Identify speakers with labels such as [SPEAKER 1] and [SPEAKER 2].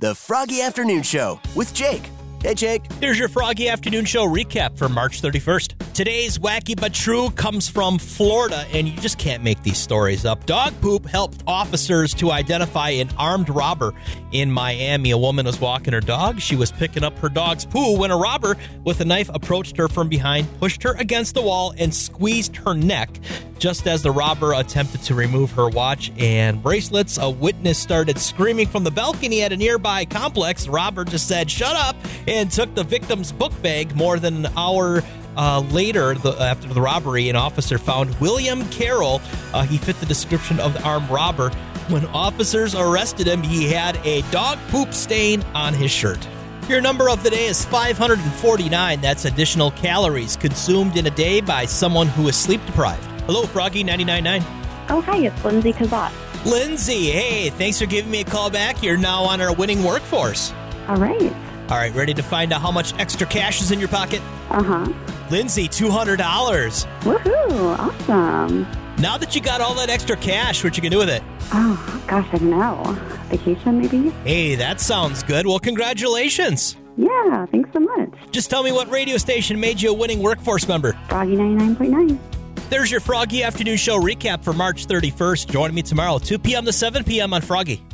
[SPEAKER 1] The Froggy Afternoon Show with Jake. Hey, Jake.
[SPEAKER 2] Here's your Froggy Afternoon Show recap for March 31st. Today's wacky but true comes from Florida, and you just can't make these stories up. Dog poop helped officers to identify an armed robber in Miami. A woman was walking her dog. She was picking up her dog's poo when a robber with a knife approached her from behind, pushed her against the wall, and squeezed her neck. Just as the robber attempted to remove her watch and bracelets, a witness started screaming from the balcony at a nearby complex. The robber just said, Shut up, and took the victim's book bag more than an hour. Uh, later, the, after the robbery, an officer found William Carroll. Uh, he fit the description of the armed robber. When officers arrested him, he had a dog poop stain on his shirt. Your number of the day is 549. That's additional calories consumed in a day by someone who is sleep deprived. Hello, Froggy999.
[SPEAKER 3] Oh, hi, it's Lindsay Kazat.
[SPEAKER 2] Lindsay, hey, thanks for giving me a call back. You're now on our winning workforce.
[SPEAKER 3] All right.
[SPEAKER 2] All right, ready to find out how much extra cash is in your pocket?
[SPEAKER 3] Uh huh.
[SPEAKER 2] Lindsay, $200.
[SPEAKER 3] Woohoo! Awesome.
[SPEAKER 2] Now that you got all that extra cash, what you gonna do with it?
[SPEAKER 3] Oh, gosh, I don't know. Vacation, maybe?
[SPEAKER 2] Hey, that sounds good. Well, congratulations.
[SPEAKER 3] Yeah, thanks so much.
[SPEAKER 2] Just tell me what radio station made you a winning workforce member.
[SPEAKER 3] Froggy 99.9.
[SPEAKER 2] There's your Froggy Afternoon Show recap for March 31st. Join me tomorrow, 2 p.m. to 7 p.m. on Froggy.